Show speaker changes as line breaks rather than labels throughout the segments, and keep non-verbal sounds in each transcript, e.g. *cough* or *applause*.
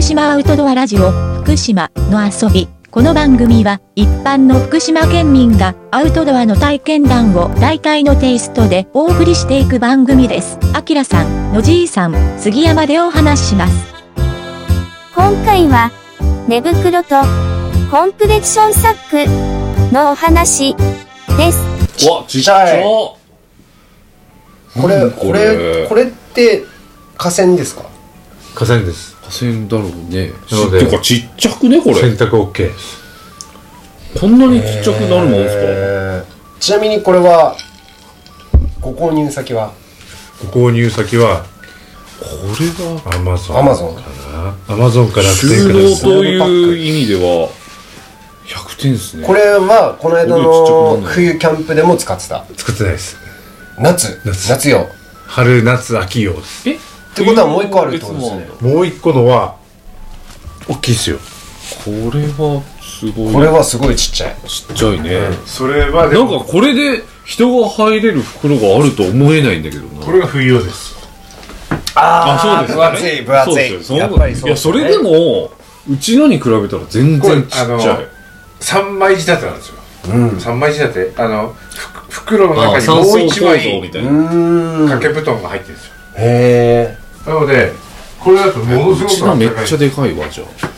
島アウトドアラジオ福島の遊びこの番組は一般の福島県民がアウトドアの体験談を大体のテイストでお送りしていく番組ですあきらさんのじいさん杉山でお話しします
今回は、寝袋と、コンプレッションサックのお話です。
うわちっち
は
ゃ
い
これ、
何
こ
こ
れ
れ、
これって、河川ですか
河川です
河川だろうね
なの
て
で
いうかちっちゃくねこ
洗
れ
濯 OK
こんなにちっちゃくなるもんです
えーちなみにこれは、ご購入先は、
ご購入先は
かこれが
アマゾン
アマゾン。
アマゾンから
収
くだ
納
さい
という意味では100点ですね
これは、この間
こ
の
れちっちゃくなる
冬キャンプでも使ってた。
作ってないです
夏。
夏
夏用。
春夏秋用です
えって
ことはもう一個あるってことですね
もう一個のは大きいですよ
これはすごい
これはすごいちっちゃい。
ちっちゃいね
それは
なんかこれで人が入れる袋があると思えないんだけどな
れが冬用です
あそうです
分厚い、分厚
そ
い。
うですよ
やっぱりそう、
いやそれで、もうちのに比べたら全
これ
然ちっち
あの
ゃい
三枚仕立てなんですよ
うん。う
三枚仕立てあのふ袋の
あ
中
あ三
にもう
層構
一
造み
枚
たいな
ー
掛
ん。
け布団が入ってるんですよ
へ
なのでこれだとものす
う
ご
ち
く
の
あ
めっ
かい
ちゃでかいわじゃあ
ー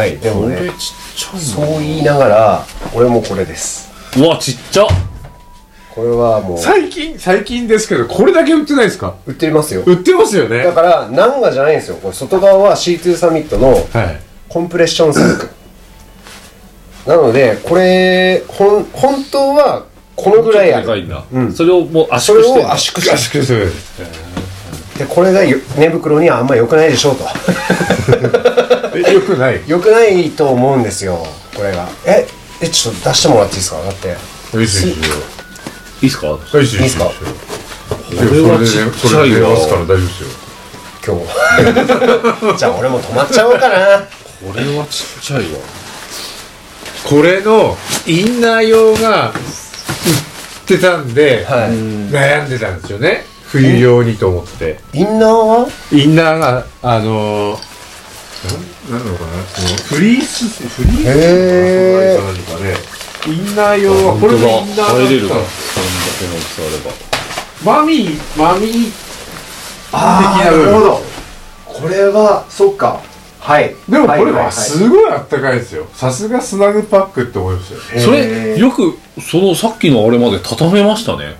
はい、でも
こ
ね
れ、ちっちゃいな
そう言いながら、俺もこれです。
うわちっちゃ
これはもう、
最近最近ですけどこれだけ売ってないですか
売ってますよ。
売ってますよね
だから、ナンガじゃないんですよ。これ外側は C2 サミットの、
はい
コンプレッションサックなのでこれほん本当はこのぐらいあ
でか
る
いんだ、
うん
それをもう圧
それ
縮してん
を
だ
圧縮
詳
し
しくする
てでこれがよ寝袋にはあんま良くないでしょうと *laughs*
えよくない
良くないと思うんですよこれがええちょっと出してもらっていいですかだって
おいしいですよ
いいっすか
おいしい
ですよ
こ
れはちっちゃいわ
れで寝ますから大丈夫ですよ
今日 *laughs* じゃあ俺も止まっちゃおうかな
これはちっちゃいわ
これのインナー用が売ってたんで、
は
悩んでたんですよね冬用にと思って
いインナーは
インナーがあのー、なんなのかなそのフリースフリース
へー
なのかねインナー用はこれもインナーだった
入れるわこんだけの大きさあれば
マミーマミー的
あ
な部分
どこれはそっかはい
でもこれ
はい
はすごいあったかいですよさすがスナグパックって思いましたよ
へー
それよくそのさっきのあれまで畳めましたね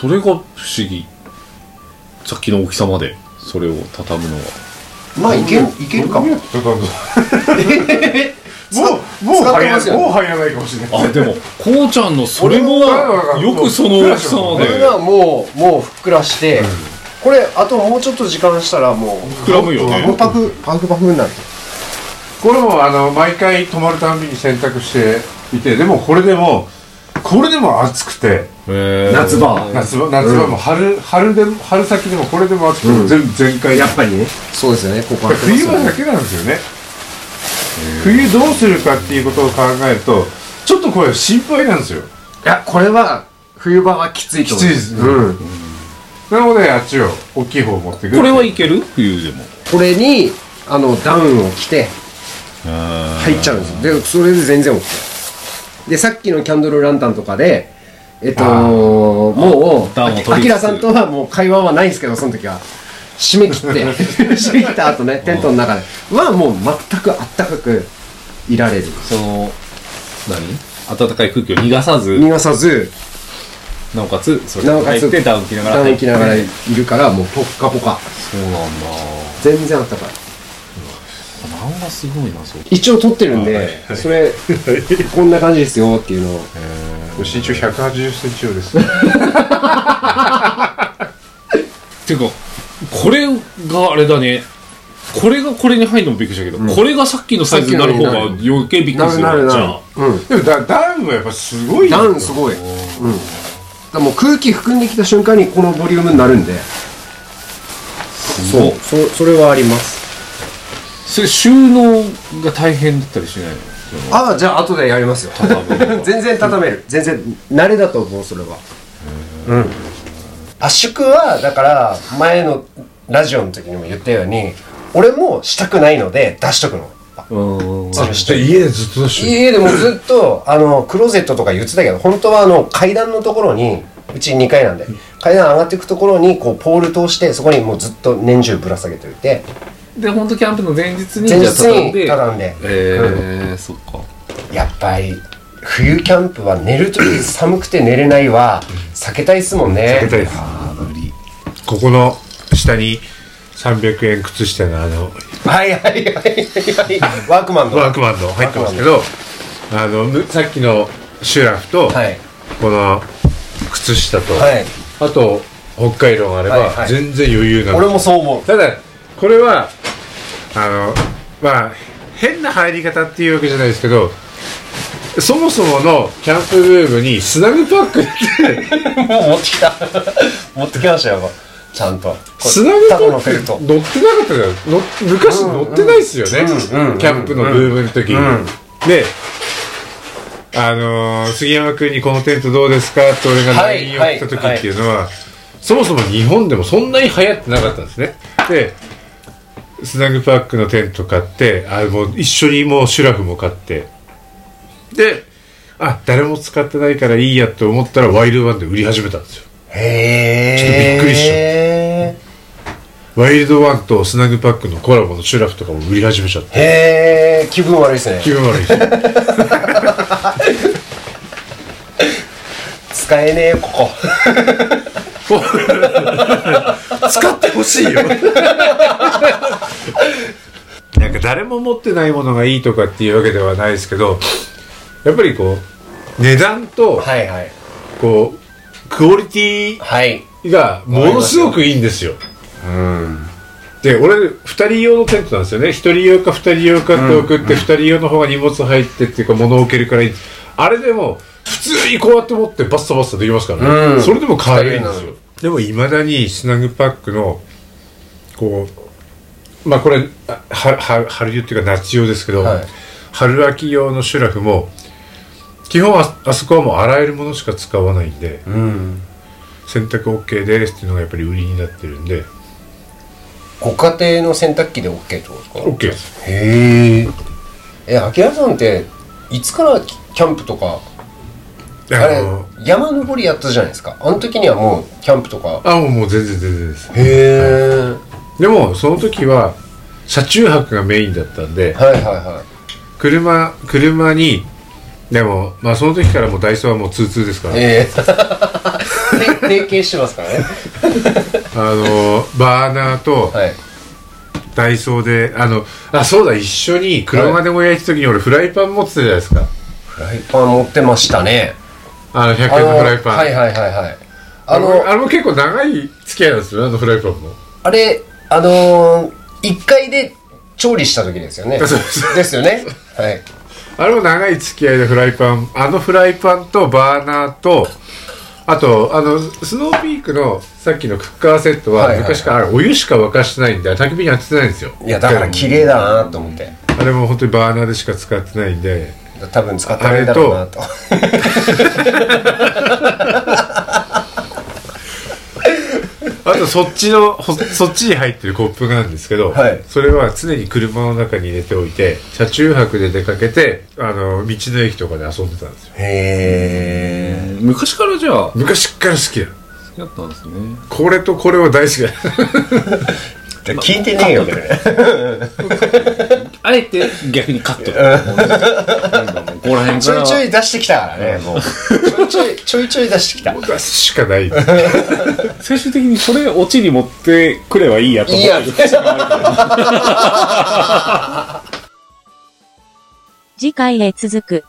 それが不思議さっきの大きさまでそれを畳むのは
まあいけるいけるか
どう
も
やって畳んだ
使っ
もうもう
て
入
ま
ら
す
な
よ
い
ね
もう入らないかもしれない
あでもこうちゃんのそれも
俺も
よくその大きさま
こ
で
れがもうもうふっくらして、これあともうちょっと時間したらもう
膨らむよね
もうパフパフパフになる
これもあの毎回泊まるたんびに洗濯していてでもこれでもこれでも暑くて
へー
夏場
夏場夏場も春、春でも春先でもこれでも暑くても全部全開
やっぱりね
そうですよねここは
冬場だけなんですよね冬どうするかっていうことを考えるとちょっとこれ心配なんですよ
いやこれは冬場はきついと
き
思
ついです、
うん
なのであっちを大きい方を持ってくる
これはいける冬でも
これにあのダウンを着て入っちゃうんですでそれで全然 OK でさっきのキャンドルランタンとかでえっともう
ダウンを取りつつ
あきらさんとはもう会話はないんですけどその時は締め切って *laughs* 締め切った後ねテントの中ではもう全くあったかくいられる
その何暖かい空気を逃がさず
逃がさず
なおかつそれ
な
が
おか
入
つ
ってダウン着ながら
ダウ
入
ン
っ
着
て
ながらいるからもうポッカポカ
そうなんだ
全然あったかい
なんかすごいなそう
一応撮ってるんで、それ、こんな感じですよっていうのを。
身長1 8 0ンチ用ですあ
てかこれがあれだねこれがこれに入るのもびっくりしたけど、これがさっきのサイズになる方が余計びっくりする
なるなるなる
じゃあ
うん。
でもだダウンはやっぱすごい
ダウンすごい。うん。だからもう空気含んできた瞬間にこのボリュームになるんで。そう、そそれはあります。
それ収納が大変だったりしないの
ああ、じゃあ後でやりますよ。
畳むの
*laughs* 全然畳める。全然、慣れだと思う、それは。
圧縮はだから前のラジオの時にも言ったように俺もしたくないので出しとくの
うん
それしといて
家でずっと出してる
家でもずっとあのクローゼットとか言ってたけど本当はあの階段のところにうち2階なんで階段上がっていくところにこうポール通してそこにもうずっと年中ぶら下げておいて
で本当キャンプの前日に
前日
じゃあ畳ん
に
で
畳んで
えー、そっか
やっぱり冬キャンプは寝るとき *laughs* 寒くて寝れないは避けたいっすもんね
やりたいですここの下に300円靴下のあの
はいはいはいはいはいワークマンの
ワークマンの入ってますけどあのぬさっきのシュラフと、
はい
この靴下と、
はい
あと北海道があれば、
はいはい
全然余裕なんで
俺もそう思う
ただこれはあのまあ変な入り方っていうわけじゃないですけどそもそものキャンプブームにスナグパックって
もう持ってきた *laughs* 持ってきましたよちゃんとこれ
スナグパ
タコの
ッ
フェルト
ク乗ってなかったじゃんの昔乗ってないっすよね、
うんうん
キャンプのブームの時に、
うん
であのー杉山君に「このテントどうですか?」って俺が
はい
LINE を送った時っていうのは、そもそも日本でもそんなに流行ってなかったんですねでスナグパックのテント買ってあもう一緒にもうシュラフも買ってであ誰も使ってないからいいやと思ったらワイルドワンで売り始めたんですよ
へえ
ちょっとびっくりしちワイルドワンとスナグパックのコラボのシュラフとかも売り始めちゃって
へえ気分悪いですね
気分悪いし
使えねえここ
使ってほしい *laughs* よなんか誰も持ってないものがいいとかっていうわけではないですけどやっぱりこう値段と
はいはい
こうクオリテ
はい
ィがものすごくいいんですよで俺2人用のテントなんですよね1人用か2人用かって送って2人用の方が荷物入ってっていうか物を置けるからいいあれでも普通にこうやって持ってバッサバッサできますからね、
うん
それでも軽いんで
軽い
す
な
よでもいまだにスナグパックのこうまあこれあはは春湯っていうか夏用ですけど、
はい
春秋用のシュラフも基本はあそこはもう洗えるものしか使わないんで、
うん
洗濯 OK ですっていうのがやっぱり売りになってるんで
ご家庭の洗濯機で OK ってことです
OK です
かへええあきらさんっていつからキキャンプとか
で
あれ
の
山登りやったじゃないですかあの時にはもうキャンプとか
あもうもう全然全然です
へえ
でもその時は車中泊がメインだったんで
はいはいは
車車にでもまあその時からもうダイソーはもう通通ですから、
いええ *laughs* 提携してますからね
あのバーナーと
はい
ダイソーであのあそうだ一緒に黒金を焼いた時に俺フライパン持ってたじゃないですか
フライパン持ってましたね
あの100円
あ
の
の
フライパン
はいはいはいはいあ
あ
の
のあれも結構長い付き合いなんですよあのフライパンも
あれ、あのー、1階で調理した時ですよね。
そうそう
ですよね。はい。
あれも長い付き合いでフライパンあのフライパンとバーナーとあとあのスノーピークのさっきのクッカーセット
はは
はい
いはい
昔からあれお湯しか沸かしてないんで焚き火に当ててないんですよ
いや、だから綺麗だなと思って。
あれも本当にバーナーでしか使ってないんで
多分使ってないだろうなと。
あとそっちのほそっちに入ってるコップなんですけど、
はい
それは常に車の中に入れておいて車中泊で出かけてあの道の駅とかで遊んでたんですよ
へ
昔からじゃあ
昔っから好きだ
好きだったんですね
これとこれは大好きだ *laughs*
え。聞いてねえよ、これ。
あえて逆にカットなんかもうここら辺
ち
か
ょ
ら
いちょい出してきたからね、もう。ちょいちょい、ちょいちょい出してきた。
出すしかない
最終的にそれオチに持ってくればいいやと
い
思
い
って
や、
次回へ続く。